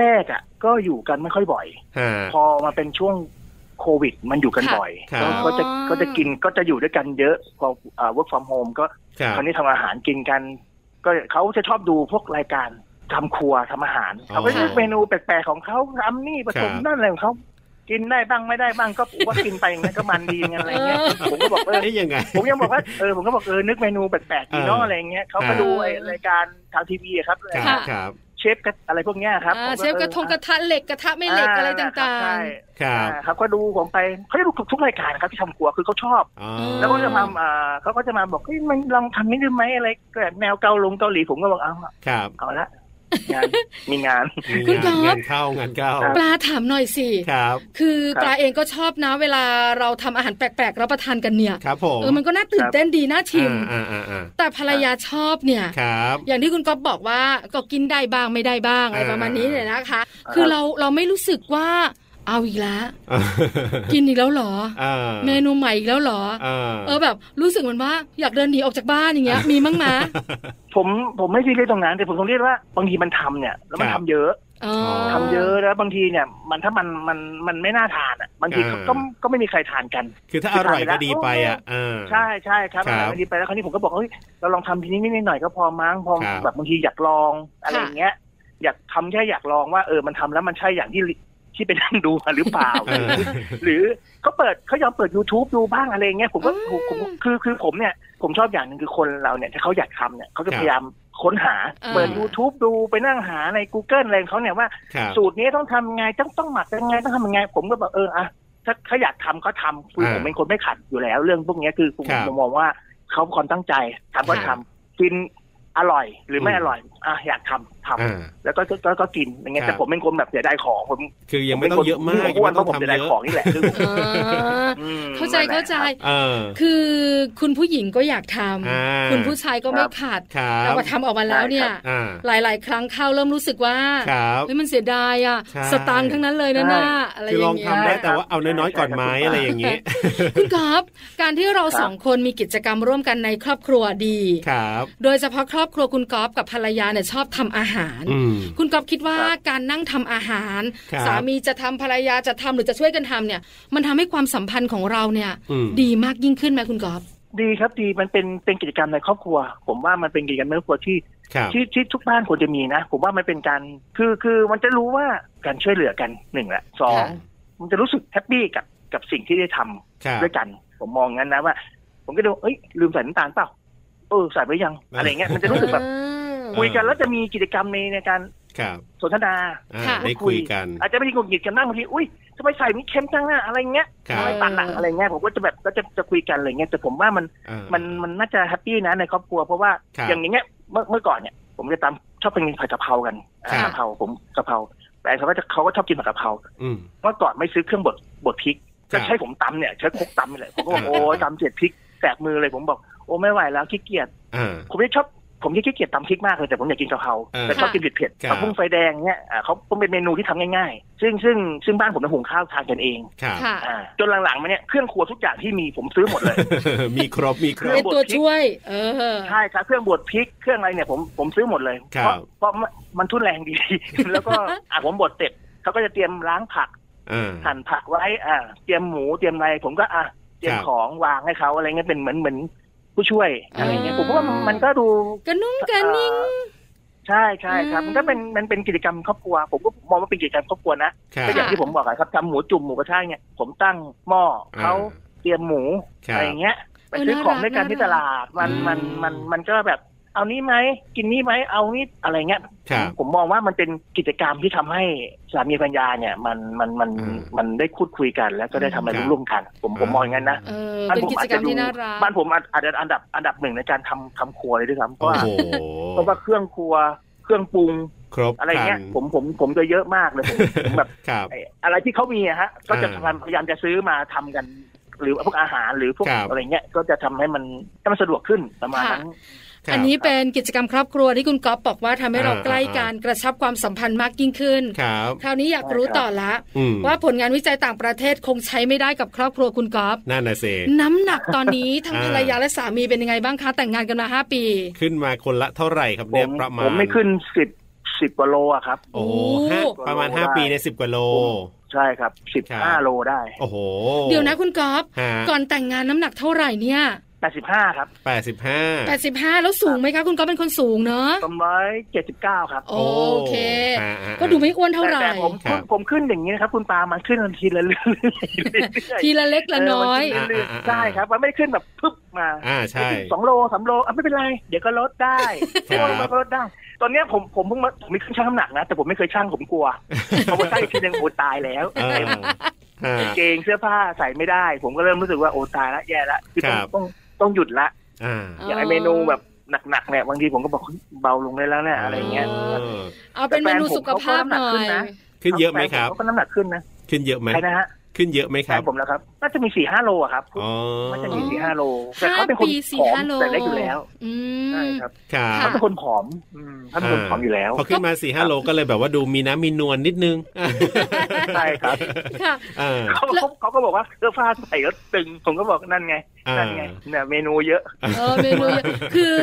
E: แรกๆอ่ะก็อยู่กันไม่ค่อยบ่อย
B: ฮะ
E: พอมาเป็นช่วงโควิด มันอยู่กัน
A: ค่ะ
E: บ่อย
B: ครับ
E: ก็ก็จะ
A: อ๋อ
E: ก็จะกินก็จะอยู่ด้วยกันเยอะพออ่า work from home ก็
B: ครับ
E: คราวนี้ทำอาหารกินกัน ก็เขาจะชอบดูพวกรายการทำครัวทำอาหาร
B: อ๋อ
E: เขาก็เลือกเมนูแปลกๆของเขาทำนี่ผสม
B: ครับ
E: นั่นอะไรของเขากินได้บ้างไม่ได้บ้างก็ผมว่ากินไปอย่างนั้นก็มันดีอย่างนั้นอะไรเงี้ย
A: เออ
E: ผมก็บอกเออ
B: เอ๊ยยังไง
E: ผมยังบอกว่าเออผมก็บอกเออนึกเมนูแปลกๆดีเนาะ
B: เอออ
E: อะไรเงี้ยเขาก็
B: เออ
E: ดูไอ้รายการทางทีวีอะครับ
B: ครับ
A: ค่ะ
B: ครับ
E: เชฟกระอะไรพวกเนี้ยครับ
A: อ่า
E: ผม
A: เชฟกระทงก
E: ออ
A: ระทะเหล็กกระทะไม่เหล็กอะไรต่าง
E: ใช่
B: ครับ
E: อ่าครับก็ดูผมไปเขาจะดูทุกรายการครับที่ทำครัวคือเขาชอบ
B: อ๋อ
E: แล้วก็จะมาอ่าเขาก็จะมาบอกเฮ้ยมันลองทำนี่ดูไหมอะไรแบบแนวเกาหลงเกาหลีผมก็บอกเอา
B: ครับ
E: เอาละ งาน มีงาน
B: มี
A: คุณก๊
B: งา
A: อน ฟ
B: งานเข้างานเข้า
A: ๆ ปลาถามหน่อยสิ
B: ครับ
A: คือ
E: ครับ
A: ปลาเองก็ชอบนะ เวลาเราทำอาหารแปลกๆรับประทานกันเนี่ย
B: ครับผม
A: เออมันก็น่าตื่นเต้นดีน่าชิม
B: อ่าอ่าอ่า
A: แต่ภรรยาชอบเนี่ย
B: ครับ
A: อย่างที่คุณก๊อฟบอกว่าก็กินได้บ้างไม่ได้บ้างอะไร
B: อ่า
A: ประมาณนี้เนี่ยนะคะ คือเราเราไม่รู้สึกว่าเอาอีกแล้ว กินอีกแล้วเหรอ
B: เออ
A: เมนูใหม่อีกแล้วเหรอ
B: เออ
A: เออแบบรู้สึกเหมือนว่าอยากเดินหนีออกจากบ้านอย่างเงี้ย มีมั้งมะ
E: ผมผมไม่ซีเรียสตรงนั้นแต่ผมต้องเรียกว่าบางทีมันทำเนี่ยแล้วมัน
B: ครั
E: ทำ
B: บ
E: เยอะ
A: อ๋อ
B: อ
E: ทำเยอะแล้วบางทีเนี่ย มันถ้ามันมันมันไม่น่าทานอ่ะบางที
B: อ่า
E: ก็ก็ไม่มีใครทานกัน
B: คือถ้าอร่อยก็ดีไปอ่ะเออ
E: ใช่ใช่ครับ
B: ครับ
E: บางทีไปแล้วคราวนี้ผมก็บอกเฮ้ยเราลองทำทีนี้นิดๆหน่อยๆก็พอมั้งพอ
B: ครับ
E: แบบบางทีอยากลองอะไรอย่างเงี้ย อยากทำแค่อยากลองว่าเออมันทำแล้วมันใช่อย่างที่ที่ไปนั่งดูมาหรือเปล่า
B: เออ
E: หรือเขาเปิดเขายอมเปิด YouTube ดูบ้างอะไรเงี้ยผมก็
A: อืม
E: ผมผมคือคือผมเนี่ย ผมชอบอย่างหนึ่งคือคนเราเนี่ย ถ้าเขาอยากทำเนี่ยเขาจะ
B: ครับ
E: พยายามค้นหา
A: อ่า
E: เปิด YouTube ดูไปนั่งหาใน Google อะไรของเขาเนี่ยว่า
B: ครับ
E: สูตรนี้ต้องทำยังไงต้องต้องหมักยังไงต้องทำยังไง ผมก็แบบเอออะถ้าเขาอยากทำก็ทำคือ
B: อ่า
E: ผมเป็นคนไม่ขัดอยู่แล้ว เรื่องพวกเนี้ยคือผม
B: ครับ
E: ผมมองว่าเขาเป็นคนตั้งใจทำก็ทำกินอร่อยหรือไม่
B: อืม
E: อร่อยอ่ะอยากทำทำ
B: อ่า
E: แล้วก็ก็ก็กินอย่างเงี้ย
B: ครับ
E: แต่ผมเป็นคนแบบเสียดายของผม
B: คือยังไม่ต้องเยอะมาก
E: ผเป็นคนอ้ว
B: ยั
E: น
B: งไม่
E: เพ
B: ต้อง
E: ราะผมเสีย
B: ทำ
E: ดา
B: เย
E: ย
B: อะ
E: ของนี่แหละคือ ผม
A: อ่า
E: อืม
A: เข้าใจเข้าใจ
E: นั่นแหละ
B: เออ
A: คือคุณผู้หญิงก็อยากท
B: อ่า
A: ำคุณผู้ชายก็ไม่
E: ครับ
A: ขาด
B: ครั
A: แต่
B: บ
A: ว่าทำออกมาแล้วเนี่ย
B: อ่า
A: หลาย ๆ ครั้งเข้าเริ่มรู้สึกว่า
B: ครับ
A: เฮ้ยมันเสียดายอ่ะ
B: ใช่
A: สตางค์ทั้งนั้นเลยนะน่าอะไรอ
B: คือลอย่าง
A: งเงี้ย
B: ทำได้แต่ว่าเอาน้อยๆก่อนไหมอะไรอย่างนี้
A: คุณกอฟการที่เรา
E: ครับ
A: สองคนมีกิจกรรมร่วมกันในครอบครัวดี
B: ครับ
A: โดยเฉพาะครอบครัวคุณกอฟกับภรรยาเนี่ยชอบทำอาหาร
B: อืม
A: คุณกอฟคิดว่า
E: ครับ
A: การนั่งทำอาหาร
B: ครับ
A: สามีจะทำภรรยาจะทำหรือจะช่วยกันทำเนี่ย มันทำให้ความสัมพันธ์ของเราเนี่ย
B: อืม
A: ดีมากยิ่งขึ้นไหมคุณกอฟ
E: ะดีครับดีมันเป็นเป็นกิจกรรมในครอบครัว ผมว่ามันเป็นกิจกรรมในครอบครัวที่
B: ครับ
E: ที่ที่ทุกบ้านควรจะมีนะ ผมว่ามันเป็นการคือคือมันจะรู้ว่าการช่วยเหลือกันหนึ่งละสอง
A: ค่ะ
E: มันจะรู้สึกแฮปปี้กับกับสิ่งที่ได้ทำ
B: ครับ
E: ด้วยกัน ผมมองงั้นนะว่า ผมก็ดูเอ้ยลืมใส่น้ำตาลเปล่าเออใส่ไปยังอะไรเงี้ยมันจะรู้สึกแบบ
A: อ่า
E: คุยกันแล้วจะมีกิจกรรมในในการ
B: ครับ
E: สนทนา
B: อ่า
A: ค่ะ
B: ได้คุยกัน
E: อาจจะไม่ได้หงุดหงิดกันบ้างบางทีอุ้ยทำไมใส่มีเค็มจังอะอะไรเงี้ย
B: ครับ
E: ทำไมตัดอะอะไรเงี้ยผมก็จะแบบก็จะจะคุยกันอะไรเงี้ยแต่ผมว่ามัน
B: อ่า
E: มันมันน่าจะแฮปปี้นะในครอบครัวเพราะว่า
B: ครับ
E: อย่างอย่างเงี้ยเมื่อเมื่อก่อนเนี่ย ผมจะตามชอบไปกินผัดกะเพรากันอ่า
B: ครับ
E: กะเพราผมกะเพราแต่เขาก็จะเขาก็ชอบกินผัดกะเพรา
B: อืม
E: เมื่อก่อนไม่ซื้อเครื่องบดบดพริก
B: ครั
E: ก็
B: บ
E: ใช้ผมตำเนี่ยใช้ครกตำนี่แหละผมก็บอ
B: ครั
E: ก
B: บ
E: โอ้ยตำเจ็ดพริกแสบมือเลยผมบอกโอ้ไม่ไหวแล้วขี้เกียจ
B: อ่า
E: ผมจะชอบผมจะขี้เกียจตำพริกมากเลยแต่ผมอยากกินกะเพรา
B: เออ
E: แต่ชอบกินเผ็ดเผ็ดๆ
B: ครับ
E: ผักบุ้งไฟแดงเนี่ยอ่าเขาเป็นเมนูที่ทำง่ายๆ ซึ่งซึ่งซึ่งบ้านผมจะหุงข้าวทานกันเอง
B: ครับ
A: ค่ะ
E: อ่าจนหลังๆมาเนี่ยเครื่องครัวทุกอย่างที่มีผมซื้อหมดเลย
B: มีครบมีคร
E: เรื่
A: เป็
E: อบ
A: น
B: บ
E: งบท
A: ตัวช่วย เออ
E: ใช่ครับเครื่องบดพริกเครื่องอะไรเนี่ยผมผมซื้อหมดเลย
B: ครั
E: เพราะ
B: บ
E: เพราะมันมันทุนแรงดี แล้วก็อ่ะผมบดเสร็จเขาก็จะเตรียมล้างผัก
B: อ่า
E: หั่นผักไว้อ่าเตรียมหมูเตรียมอะไรผมก็อ่ะเตรีย
B: ค
E: ม
B: รับ
E: ของวางให้เขาอะไรเงี้ยเป็นเหมือนเหมือนผู้ช่วย
A: อ่า
E: อะไรเงี้ยผมว่ามันก็ดู
A: กระนุ่งกระนิ่ง
E: ใช่ใช่ครับ
A: อืม
E: มันก็เป็นมันเป็นกิจกรรมครอบครัว ผมก็มองว่าเป็นกิจกรรมครอบครัวนะ
B: ครับ
E: ก็อย่างที่ผมบอกอะครับทำหมูจุ่มหมูกระทะเนี่ยผมตั้งหม้อเขา
B: อ่า
E: เตรียมหมู
B: ครับ
E: อะไรเงี้ยไป
A: เออ
E: ซื้อ
A: น่า
E: ของ
A: รัก
E: ด้วยกัน
A: น่า
E: ที่
A: รั
E: ต
A: ก
E: ลาดมัน
B: อืม
E: มันมันมันก็แบบ เอานี้ไหมกินนี้ไหมเอานี้อะไรเงี้ย
B: ครับ
E: ผมมองว่ามันเป็นกิจกรรมที่ทำให้สามีภรรยาเนี่ยมันมันมัน
B: อืม
E: มันได้พูดคุยกัน แล้วก็ได้ทำอะไร
B: ครับ
E: ร่วมๆกัน ผมผม
B: อ่าม
E: มองอย่างนั้นนะ
A: เออเป็นกิจกรรมที่น่ารัก
E: บ้านผมอาจอาจจะอันดับอันดับหนึ่งในการทำทำครัวเลยด้วยซ้ำเพ
B: โอ้
E: ราะว่า
B: โห
E: เพราะว่าเครื่องครัวเครื่องปรุง
B: ครบ
E: อะไรเงี้ย
B: ครัน
E: ผมผมผมจะเยอะมากเลยผมผมแบบ
B: ครับ
E: ไอ้อะไรที่เขามีอะฮะ ก็จะ
B: อ่า
E: พยายามจะซื้อมาทำกัน หรือพวกอาหารหรือพวก
B: ครับ
E: อะไรเงี้ยก็จะทำให้มันให้มันสะดวกขึ้นประมาณนั้น
B: ครับ
A: อันนี้เป็นกิจกรรมครอบครัวที่คุณก๊อฟบอกว่าทำให้เรา
B: อ่า
A: ใกล้กันกระชับความสัมพันธ์มากยิ่งขึ้น
B: ครับ
A: คราวนี้อยากรู้ต่อละ
B: อืม
A: ว่าผลงานวิจัยต่างประเทศคงใช้ไม่ได้กับครอบครัวคุณก๊อฟ
B: นั่นน่ะเซ
A: น้ำหนักตอนนี้ ทั้ง
B: อ่า
A: ภรรยาและสามีเป็นยังไงบ้างคะแต่งงานกันมาห้าปี
B: ขึ้นมาคนละเท่าไหร่ครับ
E: ผ
B: เนี่ย
E: ม
B: ประมาณ
E: ผมไม่ขึ้นสิบสิบกว่าโลอะครับ
B: โอ้โหห้า
A: โอ้
B: ประมาณห้าปีในสิบกว่าโล
E: ใช่ครับสิบ
B: ครับ
E: ห้าโลได้
B: โอ้โห
A: เดี๋ยวนะคุณก๊อฟ
B: ฮะ
A: ก่อนแต่งงานน้ำหนักเท่าไหร่เนี่ย
E: แปดสิบห้าครับ
B: แปดสิบห้า
A: 85 แล้วสูงไหมคะคุณก๊อฟเป็นคนสูงเนอะ
E: สองร้อยเจ็ดสิบเก้าครับ
A: โอเค
B: อ่าอ่า
A: ก็ดูไม่อ้วนเท่าไหร่
E: แต่ผม
B: ครับ
E: ผมขึ้นอย่างนี้นะครับ คุณปามันขึ้นทีละเรื่อยๆ
A: ทีละเล็กละน้อย
E: เมันขึ้นเรื่ๆใช่ครับ มันไม่ได้ขึ้นแบบปึ๊บมา
B: อ่าใช่
E: สองโลสามโลอ่ะไม่เป็นไร เดี๋ยวก็ลดได้
B: ครับ
E: ลดมาก็ลดได้ ตอนเนี้ยผมผมเพิ่งมาผมมีเครื่องชั่งน้ำหนักนะ แต่ผมไม่เคยชั่งผมกลั วเพราะว่าชั่งอีกทีหนึงโอ้ตายแล้ว
B: เออฮะ
E: กางเกงเสื้อผ้าใส่ไม่ได้ ผมก็เริ่มรู้สึกว่าโอ้ตายละแย่ละคือต้อง
B: ครับ
E: ต้องต้องหยุดละ
B: อ่า
E: อย่างไอเมนูแบบหนักๆเนี่ยบางทีผมก็บอกเฮ้ยเบาลงได้แล้วเนี่ยอะไรเงี้ย
B: ออ
A: เอาเป็นเมนู
E: แต่แฟนผม
A: สุขภาพหน่อ
E: เขาก็น้ำหนัก
A: ย
E: ขึ้นนะ
B: ขึ้นเยอะไหมครับ
E: แฟนผก็น้ำหนักขึ้นนะ
B: ขึ้นเยอะไหม
E: ใช่นะฮะ
B: ขึ้นเยอะไหม
E: แฟ
B: ครับ
E: นผมแล้วครับน่าจะมีสี่ห้าโลอะครับ
B: อ๋อ
E: มันจะมีสี่ห้าโลแต่เขาเป็นคน
A: ปีสี่
E: ผอม
A: ห้าโล
E: แต่เล็กอยู่แล้ว
A: อื
E: ใช่
A: ม
E: ครับ
B: ครั
E: เขา
B: บ
E: เป็นคนผอมอืมเขาเป็นคนผอมอยู่แล้ว
B: พอขึ้นมาสี่ห้าโลก็เลยแบบว่าดูมีน้ำมีนวลนิดนึง
E: ใช่ครับ
A: ค่ะ
B: อ่า
E: เขาเขาเขาก็บอกว่าเสื้อผ้าใส่แล้วตึง ผมก็บอกนั่นไง
B: อ่า
E: นั่นไงเนี่ยเมนูเยอะ
A: เออเมนูเยอะคือ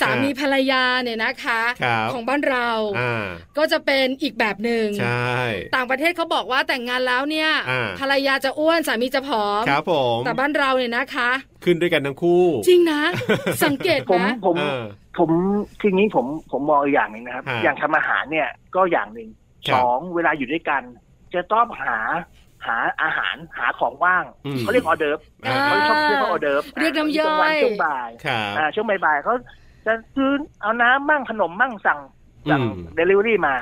A: สามีภรรยาเนี่ยนะคะ
B: ครับ
A: ของบ้านเรา
B: อ่า
A: ก็จะเป็นอีกแบบหนึ่ง
B: ใช่
A: ต่างประเทศเขาบอกว่าแต่งงานแล้วเนี่ย
B: อ่า
A: ภรรยาจะอ้วนสามีจะผอม
B: ครับผม
A: แต่บ้านเราเนี่ยนะคะ
B: ขึ้นด้วยกันทั้งคู่
A: จริงนะ สังเกต
E: ผม
A: นะ
E: ผม
B: เออ
E: ผมทีนี้ผมผมมองอีกอย่างหนึ่งนะครับ
B: ฮะ
E: อย่างทำอาหารเนี่ยก็อย่างหนึ่ง
B: ครับ
E: สองเวลาอยู่ด้วยกัน จะต้องหาหาอาหารหาของว่าง
B: อืม
E: เขาเรียกออเดิร์ฟ
B: อ่า
E: เขาชอบเรียกว่าออเดิร์ฟ
A: เรียกน้ำย่อ
E: ช่วงวัน
A: ย
E: ช่วงบ่าย
B: ครับ
E: อ่าช่วงบ่ายๆเขาจะซื้อเอาน้ำมั่งขนมมั่งสั่งสั่ง
B: อืม
E: เดลิเวอรี่มา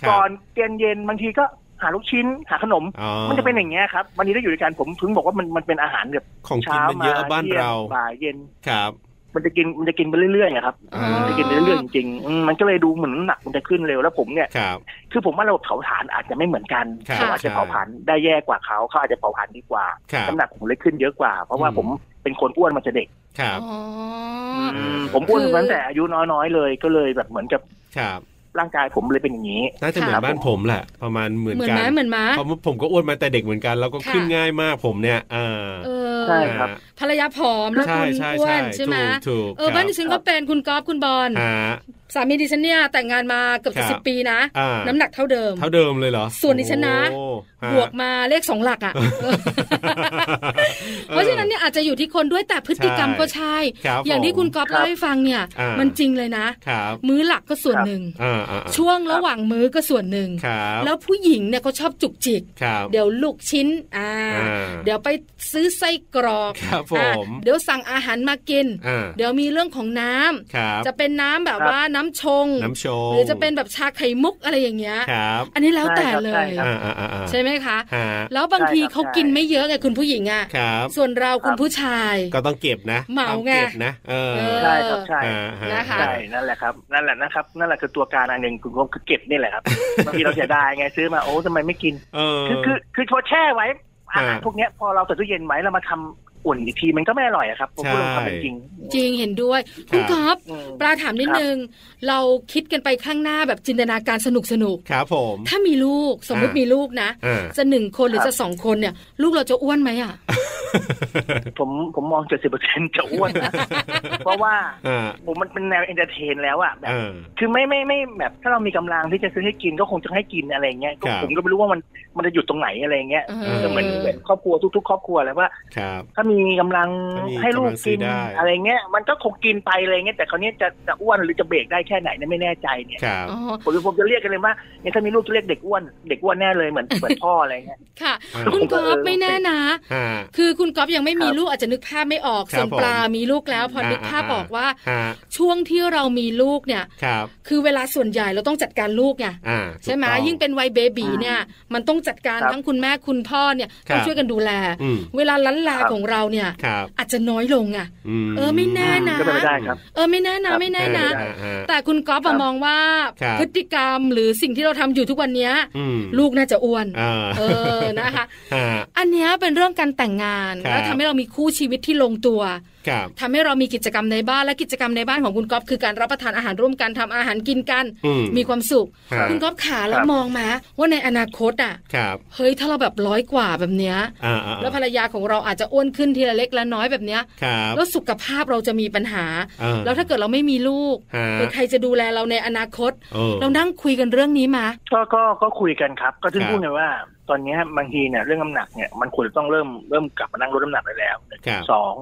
B: ครับ
E: ก่อนเย็นเย็นๆบางทีก็หาลูกชิ้นหาขนม
B: อ๋อ
E: มันจะเป็นอย่างเงี้ยครับวันนี้ได้อยู่ด้วยกันผมถึงบอกว่ามันมันเป็นอาหารแบบ
B: ของกิ
E: เช้าน
B: มัน
E: มา
B: เยอะบ้าน
E: ที่ยง
B: เรา
E: บ่ายเย็น
B: ครับ
E: มันจะกินมันจะกินไปเรื่อยๆอะครับ
A: อ่า
E: มันจะกินไปเรื่อยๆจริงๆอืมมันก็เลยดูเหมือนน้ำหนักมันจะขึ้นเร็วแล้วผมเนี่ย
B: ครับ
E: คือผมว่าระบบเผาผลาญอาจจะไม่เหมือนกัน
B: ครับ
E: เราอาจจะเผาผลาญได้แย่กว่าเขาเขาอาจจะเผาผลาญดีกว่า
B: ครับ
E: น้ำหนักผมเลยขึ้นเยอะกว่า เพราะว่า
B: อืม
E: ผมเป็นคนอ้วนมาจะเด็ก
B: ครับ
A: อ๋อ
B: อืม
E: ผมอ้วน
A: คือ
E: มาตั้งแต่อายุน้อยๆเลยก็เลยแบบเหมือนกับ
B: ครับ
E: ร่างกายผมเลยเป็นอย่างนี้
B: น่าจะเหมือนบ้านผมแหละประมาณเหมือน
A: เหมือน
B: กัน
A: ไหมเหมือนไหม
B: เพราะว่าผมก็อ้วนมาแต่เด็กเหมือนกันแล้วก็
A: ค่ะ
B: ขึ้นง่ายมากผมเนี่ยเออ
A: เออ
E: ใช่ครับ
A: ภรรยาผอมแล้ว
B: ใช่
A: คุณ
B: ใช่
A: อ้ว
B: ใช่
A: นใช่ไหม
B: ถูกถูก
A: เออบ้านดิฉัน
E: ค
A: ก็
E: รับ
A: เป็นคุณก๊อฟคุณบอล
B: ฮะ
A: สามีดิฉันเนี่ยแต่งงานมาเกือบ
B: ครั
A: จะ
B: บ
A: สิบปีนะ
B: อ่า
A: น้ำหนักเท่าเดิม
B: เท่าเดิมเลยเหรอ
A: ส่วนดิฉันนะ
B: โอ้ฮะ
A: บว กมาเลขสองหลักอ่ะ เพราะฉะนั้นเนี่ยอาจจะอยู่ที่คนด้วยแต่พฤติกรรมก็ใช่
B: ครับ
A: อย่างที่คุณ
B: ผม
A: ก๊อฟ
E: ครับ
A: เล่าให้ฟังเนี่ย
B: อ่ามั
A: มันจริงเลยนะ
B: ครับ
A: มื้อหลักก็ส่วนหนึ่ง
B: อ่าอ่าอ่า
A: ช่วงระหว่างมื้อก็ส่วนหนึ่ง
B: ครับ
A: แล้วผู้หญิงเนี่ยเขาชอบจุกจิก
B: ครับ
A: เดี๋ยวลูกชิ้น อ่า
B: อ่า
A: เดี๋ยวไปซื้อไส้กรอก
B: ครับผม
A: อ่าเดี๋ยวสั่งอาหารมากิน
B: อ่า
A: เดี๋ยวมีเรื่องของน้ำ
B: ครับ
A: จะเป็นน้ำแบบว่าน้ำชง
B: น้ำโช
A: หรือจะเป็นแบบชาไข่มุกอะไรอย่างเงี้ย
B: ครับ
A: อันนี้แล้วแต่เล
E: ใช่
A: ย
E: ครับ
B: อ่าอ่าอ่าอ่า
A: ใช่ไหมคะ
B: ฮะ
A: แล้วบางทีเขากินไม่เยอะไงคุณผู้หญิงอ่ะ
B: ครับ
A: ส่วนเราคุณผู้ชาย
B: ก็ต้องเก็บนะ
A: เหมา
B: ต
A: ไง
B: เก็บนะเออ
A: เออ
E: ใช่ครับใช่
B: ฮฮ
A: นะคะ
E: ใช่นั่นแหละครับ นั่นแหละนะครับ นั่นแหละคือตัวการอันหนึ่งคุณผมคือเก็บนี่แหละครับ บางทีเราเสียดายไงซื้อมาโอ้ทำไมไม่กิน
B: เออ
E: คือคือคือพอแช่ไว้อาหาร
B: อ่า
E: พวกเนี้ยพอเราใส่ตู้เย็นไว้แล้วมาทำอุ่นอีกทีมันก็ไม่อร่อยอะครับผม
B: ใช่
E: พูดตามเป็นจริง
A: จริงเห็นด้วย คุณกอฟ
E: อืม
A: ปลาถามนิด
E: ครับ
A: นึง เราคิดกันไปข้างหน้าแบบจินตนาการสนุกสนุกๆ
B: ครับผม
A: ถ้ามีลูกสมมุติ
B: อ่ามี
A: มีลูกนะ
B: อ่า
A: จะหนึ่งคนหรือ
E: ครับ
A: จะสองคนเนี่ย ลูกเราจะอ้วนไหมอ่ะ
E: ผมผมมองเจ็ดสิบเปอร์เซ็นจะอ้วน เพราะว่า
B: อ่า
E: ผมมันเป็นแนวเอนเตอร์เทนแล้วอะแบบ
B: เออ
E: คือไม่ไม่ไม่แบบถ้าเรามีกำลังที่จะซื้อให้กินก็คงจะให้กินอะไรอย่างเงี้ยก็
B: ครับ
E: ผมก็ไม่รู้ว่ามันมันจะหยุดตรงไหนอะไรอย่างเงี้ย
A: เอ
B: อ
E: ก็เหมือนเหมือนครอบครัวทุก ๆ ครอบครัวแหล้วว่า
B: ครับ
E: ถ้ามีกำลัง
B: ถ้ามี
E: ให้ลูก
B: กำลังซื้อน
E: กิ
B: ได้
E: อะไรเงี้ยมันก็คงกินไปอะไรเงี้ยแต่คราวเนี้ยจะจะอ้วนหรือจะเบรกได้แค่ไหนเนี่ยไม่แน่ใจเนี่ย
B: ครับ
A: อ๋อ
E: ผมผมจะเรียกกันเลยว่าเนี่ยถ้ามีลูกจะเรียกเด็กอ้วนเด็กอ้วนแน่เลยเหมือน เหมือนพ่ออะไรเงี้ย
A: ค่ะ
B: อ่า
A: คุณกอฟ
E: เออ
A: ไม่แน่นะ
B: ฮะ
A: คือคุณ คุณก๊อฟยังไม่มี
E: ครับ
A: ลูกอาจจะนึกภาพไม่ออก
B: ครับ
A: ส่วนปลา
B: ผม
A: มีลูกแล้วพอนึกภาพออกว่า
B: ฮะ
A: ช่วงที่เรามีลูกเนี่ย
B: ครับ
A: คือเวลาส่วนใหญ่เราต้องจัดการลูกไง
B: อ่า
A: ใช่ไหม
B: ถูกต้อ
A: ยิ่งเป็นวัยเบบีเนี่ย มันต้องจัดการ
E: ครับ
A: ทั้งคุณแม่คุณพ่อเนี่ย
B: ครับ
A: ต้องช่วยกันดูแล
B: อืม
A: เวลาล้านลาของเราเนี่ย
B: ครับ
A: อาจจะน้อยลงอ่ะ
B: ม
A: เออไม่แน่นะ
E: ก็เป็นไปได้ครับ
A: เออไม่แน่นะครับ ไม่แน่นะ
B: ฮฮฮ
A: แต่คุณก๊อฟอะ
E: ครับ
A: มองว่า
B: ครับ
A: พฤติกรรมหรือสิ่งที่เราทำอยู่ทุกวันเนี้ย
B: อืม
A: ลูกน่าจะอ้วน
B: อ่า
A: เออนะคะ
B: ฮะ
A: อันเนี้ยเป็นเรื่องการแต่งงาน
B: ครับ
A: แล้วทำให้เรามีคู่ชีวิตที่ลงตัว
B: ครับ
A: ทำให้เรามีกิจกรรมในบ้านและกิจกรรมในบ้านของคุณก๊อฟคือการรับประทานอาหารร่วมกันทำอาหารกินกัน
B: อื
A: มีความสุข
B: ครับ
A: คุณก๊อฟขาแล้วมองมาว่าในอนาคตอ่ะ
B: ครับ
A: เฮ้ยถ้าเราแบบร้อยกว่าแบบเนี้ย
B: อ่าอ่า
A: แล้วภรรยาของเราอาจจะอ้วนขึ้นทีละเล็กละน้อยแบบเนี้ย
B: ครับ
A: แล้วสุขภาพเราจะมีปัญหา
B: เออ
A: แล้วถ้าเกิดเราไม่มีลูก
B: ฮะ
A: เออใครจะดูแลเราในอนาคต
B: ออ
A: เรานั่งคุยกันเรื่องนี้มา
E: ก็ก็ก็คุยกันครับ ก็ถึง
B: ครับ
E: พูดไงว่า ตอนเนี้ยบางทีเนี่ยเรื่องน้ำหนักเนี่ยมันควรจะต้องเริ่มเริ่มกลับมานั่งลดน้ำหนักไปแล้วหนึ่ง
B: ครับ
E: สอง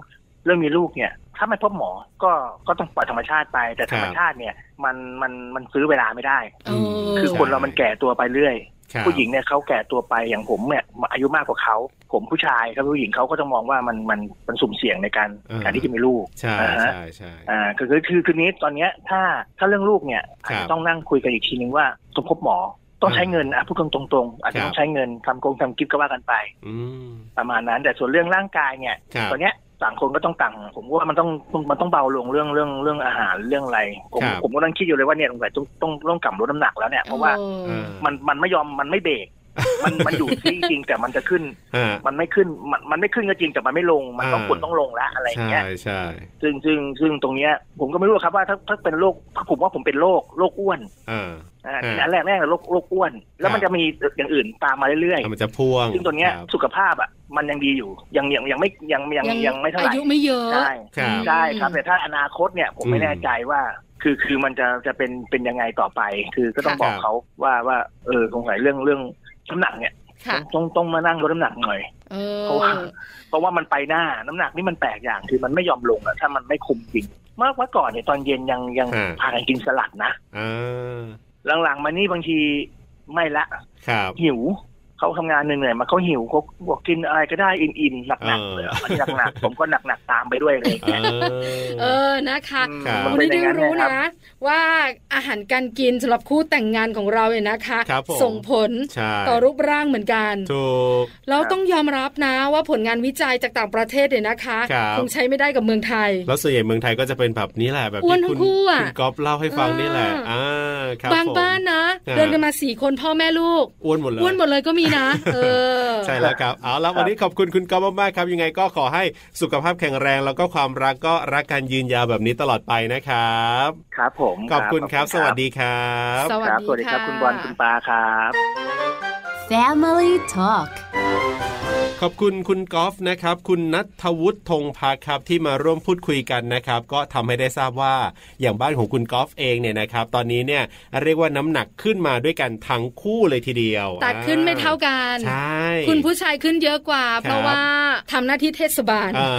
E: เรื่องมีลูกเนี่ย ถ้าไม่พบหมอก็ก็ต้องปล่อยธรรมชาติไปแต่
B: ค
E: ธ
B: รั
E: ร
B: บ
E: รมชาติเนี่ยมันมันมันซื้อเวลาไม่ได้
A: เอ
B: เออ
E: คือคนเรามันแก่ตัวไปเรื่อย
B: ครับ
E: ผู้หญิงเนี่ยเขาแก่ตัวไปอย่างผมเนี่ยอายุมากกว่าเขาผมผู้ชายครับผู้หญิงเขาก็ต้องมองว่ามันมันมันสุ่มเสี่ยงในการ
B: เออ
E: การที่จะมีลูก
B: ใช่
E: อ่าฮะ
B: ใช่ใช่
E: อ่าคือคือคือคือนี้ตอนเนี้ยถ้าถ้าเรื่องลูกเนี่ยอาจ
B: ครั
E: จะ
B: บ
E: ต้องนั่งคุยกันอีกทีนึงว่าต้องพบหมอต้องใช้เงินอ่ะพูดกันตรงๆอาจจะ
B: ครับ
E: ต้องใช้เงินทำกงทำกิฟก็ว่ากันไป
B: อืม
E: ประมาณนั้น แต่ส่วนเรื่องร่างกายเนี่ย
B: ครับ
E: ตอนเนี้ยต่างคนก็ต้องต่างผมว่ามันต้องมันต้องเบาลงเรื่องเรื่องเรื่องอาหารเรื่องอะไรผม
B: ครับ
E: ผมก็นั่งคิดอยู่เลยว่าเนี่ยสงสัยต้องต้องต้องกลับลดน้ำหนักแล้วเนี่ยเพราะว่า
A: เออ
B: เออ
E: มันมันไม่ยอมมันไม่เบร ก มันมันอยู่ที่จริงแต่มันจะขึ้น
B: ฮะ
E: มันไม่ขึ้นมันมันไม่ขึ้นก็จริงแต่มันไม่ลง มันต้อง
B: อ่า
E: ควรต้องลงละอะไรอย่าง
B: ใช่
E: เงี้ย
B: ใช่
E: ซึ่งซึ่งซึ่งตรงเนี้ยผมก็ไม่รู้ครับว่าถ้าถ้าเป็นโรคถ้าผมว่าผมเป็นโรคโรคอ้วน
B: อ่า
E: อ่า
B: อ่า
E: อันแรกแรกเลยโรคโรคอ้วน แล้วมัน
B: ครับ
E: จะมีอย่างอื่นตามมาเรื่อย
B: แล้วมันจะพ่วง
E: ๆซึ่งตัวเนี้ย
B: ครับ
E: สุขภาพอ่ะมันยังดีอยู่ยังยังยังไม่ยังยังยังไม่เท่าไหร่
A: อายุไม่เยอะ
E: ใช่
B: ครับ
E: ใช่ครับแต่ถ้าอนาคตเนี่ยผมไม่
B: อืม
E: แน่ใจว่า คือคือมันจะจะเป็นเป็นยังไงต่อไป คือก็ต้องบอก
B: ค่ะ
E: เขาว่าว่าเออสงสัยเรื่องเรื่องน้ำหนักเนี่ย
A: ค่ะ
E: ต้องต้องมานั่งลดน้ำหนักหน่อย
A: เอ
E: เพราะว่า
A: อ
E: เพราะว่ามันไปหน้าน้ำหนักนี่มันแปลกอย่างคือมันไม่ยอมลงอะถ้ามันไม่คุมจริงเมื่อวันก่อนเนี่ยตอนเย็นยังยัง
B: ฮะ
E: พากันกินสลัดนะ
B: อ่า
E: หลังๆมานี่บางทีไม่ละ
B: ครับ
E: หิวเขาทำงานเหนื่อยๆมาเขาหิวเขาบอกกินอะไรก็ได้อิ่มๆหนักๆเลย
B: เออ
E: อันนี้หนักๆผมก็หนักๆตามไปด้วยเลย
B: เอ
A: เอ
B: อ
A: อ นะคะ
E: อืม
B: ครับ
E: มั
A: วัน
E: เป็
A: นี้
E: นอ
A: ได้
E: ย่างนั้น
A: รู้
E: เนะครับ
A: นะ ว่าอาหารการกินสำหรับคู่แต่งงานของเราเนี่ยนะคะ
B: ครับผม
A: ส่งผล
B: ใช่
A: ต่อรูปร่างเหมือนกัน
B: ถูก
A: เราต้องยอมรับนะว่าผลงานวิจัยจากต่างประเทศเนี่ยนะคะ
B: ครับ
A: งใช้ไม่ได้กับเมืองไทย
B: แล้วส่วนใหญ่เมืองไทยก็จะเป็นแบบนี้แหละแบบ
A: อ้วนทั้ง
B: ที่คุณ
A: คู่อะ
B: คุณก๊อฟเล่าให้ฟัง
A: เออ
B: นี่แหละอ่าครับ
A: บาง
B: ผม
A: บ้านนะ
B: อ่า
A: เดินกันมาสี่คนพ่อแม่ลูก
B: อ้วนหมดเลย
A: อ้วนหมดเลยก็มีนะ เออ
B: ใช่แล้วครับ เอาละวันนี้ขอบคุณคุณก๊อฟมากๆครับ ยังไงก็ขอให้สุขภาพแข็งแรง แล้วก็ความรักก็รักกันยืนยาวแบบนี้ตลอดไปนะครับ
E: ครับผม
B: ขอบคุณครับ สวัสดีครับ
A: สวัส
E: ครับ
A: ดี
E: สวัสดีครับ
A: ค่ะ
E: คุณบอลคุณปาครับ
D: Family Talk
B: ขอบคุณคุณกอล์ฟนะครับ คุณนัทวุฒิธงภาครับที่มาร่วมพูดคุยกันนะครับ ก็ทำให้ได้ทราบว่าอย่างบ้านของคุณกอล์ฟเองเนี่ยนะครับ ตอนนี้เนี่ยเรียกว่าน้ำหนักขึ้นมาด้วยกันทั้งคู่เลยทีเดียว
A: แต่ขึ้นไม่เท่ากัน
B: ใช่
A: คุณผู้ชายขึ้นเยอะกว่า เพราะว่าทำหน้าที่เทศบาล
B: อ่า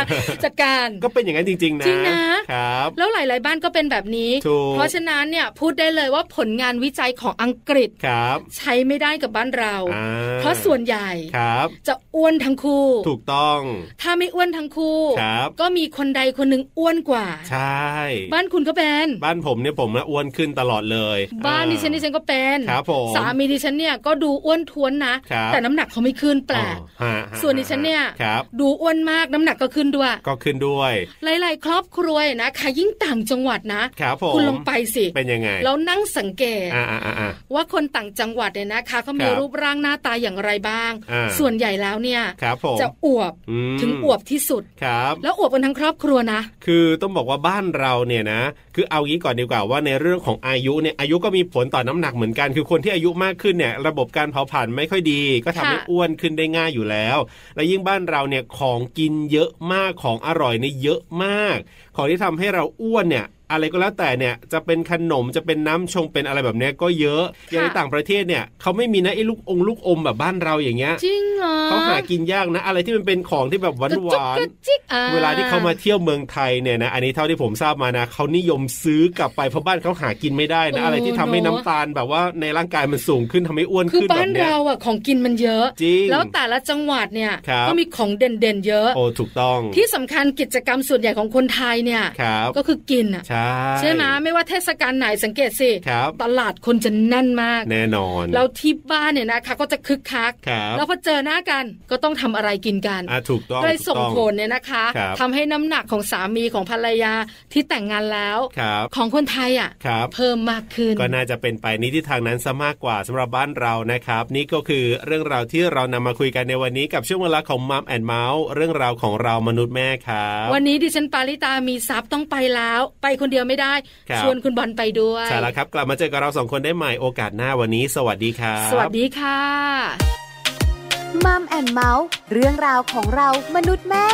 A: จัดการ
B: ก็เป็นอย่างนั้นจริง ๆ นะ
A: จริงนะ
B: ครับ
A: แล้วหลาย ๆ บ้านก็เป็นแบบนี้
B: ถูก
A: เพราะฉะนั้นเนี่ยพูดได้เลยว่าผลงานวิจัยของอังกฤษ
B: ครับ
A: ใช้ไม่ได้กับบ้านเรา
B: อ่
A: เพราะส่วนใหญ่
B: ครับ
A: จะอ้วนทั้งคู่
B: ถูกต้อง
A: ถ้าไม่อ้วนทั้งคู่
B: ครับ
A: ก็มีคนใดคนหนึ่งอ้วนกว่า
B: ใช่
A: บ้านคุณก็เป็น
B: บ้านผมเนี่ยผมนะอ้วนขึ้นตลอดเลย
A: บ้าน
B: อ่
A: ดิฉันดิฉันก็เป็น
B: ครับผม
A: สามีดิฉันเนี่ยก็ดูอ้วนท้วนนะ
B: ครับ
A: แต่น้ำหนักเขาไม่ขึ้นแปลก
B: อ๋อฮะฮะ
A: ส่วนดิฉันเนี่ย
B: ครับ
A: ดูอ้วนมากน้ำหนักก็ขึ้นด้วย
B: ก็ขึ้นด้วย
A: หลาย ๆ ครอบครัวเนี่ยนะคะยิ่งต่างจังหวัดนะ
B: ครับผม
A: คุณลองไปสิ
B: เป็นยังไง
A: แล้วนั่งสังเกต
B: อ่าอ่าอ่าอ่า
A: ว่าคนต่างจังหวัดเนี่ยนะคะเขา
B: ค
A: มี
B: รับ
A: รูปร่างหน้าตาอย่างไรบ้าง
B: อ่า
A: ส่วนใหญ่แล้วเนี่ย
B: ครับผม
A: จะอวบ
B: อืม
A: ถึงอวบที่สุด
B: ครับ
A: แล้วอวบกันทั้งครอบครัวนะ
B: คือต้องบอกว่าบ้านเราเนี่ยนะ คือเอางี้ก่อนดีกว่าว่าในเรื่องของอายุเนี่ยอายุก็มีผลต่อน้ำหนักเหมือนกัน คือคนที่อายุมากขึ้นเนี่ยระบบการเผาผลาญไม่ค่อยดี ก็ทำให้
A: ค่ะ
B: อ้วนขึ้นได้ง่ายอยู่แล้ว และยิ่งบ้านเราเนี่ยของกินเยอะมากของอร่อยเนี่ยเยอะมาก ของที่ทำให้เราอ้วนเนี่ย อะไรก็แล้วแต่เนี่ยจะเป็นขนมจะเป็นน้ำชงเป็นอะไรแบบเนี้ยก็เยอะอย่างในต่างประเทศเนี่ยเขาไม่มีนะไอ้ลูกองลูกอมแบบบ้านเราอย่างเงี้ย
A: จริงเหรอ
B: เขาหากินยากนะ อะไรที่มันเป็นของที่แบบหวาน
A: กระ
B: ห
A: จุก
B: วาก น
A: ระจิกอ่
B: เวลาที่เขามาเที่ยวเมืองไทยเนี่ยนะอันนี้เท่าที่ผมทราบมานะเขานิยมซื้อกลับไปเพราะบ้านเขาหากินไม่ได้นะอะไรที่ทำให้น้ำตาลแบบว่าในร่างกายมันสูงขึ้นทำให้อ้วน
A: คือ
B: ขึ้น
A: บ้า
B: แบ
A: น
B: บเนี้ย
A: เราอ่ะของกินมันเยอะ
B: จริง
A: แล้วแต่ละจังหวัดเนี่ย
B: ครับ
A: ก็มีของเด่นๆเยอะ
B: โอ้ถูกต้อง
A: ที่สำคัญกิจกรรมส่วนใหญ่ของคนไทยเนี่ย
B: ครับ
A: ก็คือกินอ่ะ
B: ใช่
A: ใช่ไหมไม่ว่าเทศกาลไหนสังเกตสิ
B: ครับ
A: ตลาดคนจะแน่นมาก
B: แน่นอน
A: เราที่บ้านเนี่ยนะคะก็จะคึกคัก
B: ครับ
A: แล้วพอเจอหน้ากันก็ต้องทำอะไรกินกัน
B: อ่ะถูกต้อง
A: ก็เลย
B: ถูก
A: ส่ง
B: ต้อง
A: ผลเนี่ยนะคะ
B: ครับ
A: ทำให้น้ำหนักของสามีของภรรยาที่แต่งงานแล้ว
B: ครับ
A: ของคนไทยอ่ะ
B: ครับ
A: เพิ่มมากขึ้น
B: ก็น่าจะเป็นไปในี้ที่ทางนั้นซะมากกว่าสำหรับบ้านเรานะครับ นี่ก็คือเรื่องราวที่เรานำมาคุยกันในวันนี้กับช่วงเวลาของมัมแอนเมาส์เรื่องราวของเรามนุษย์แม่ครับ
A: วันนี้ดิฉันปาริตามีซับต้องไปแล้ว ไปคนเดียวไม่ได้
B: ครับ
A: ชวนคุณบอลไปด้วย
B: ใช่แล้วครับ กลับมาเจอกับเราสองคนได้ใหม่โอกาสหน้าวันนี้ สวัสดีครับ
A: สวัสดีค่ะ
D: มัมแอนเมาส์เรื่องราวของเรามนุษย์แม่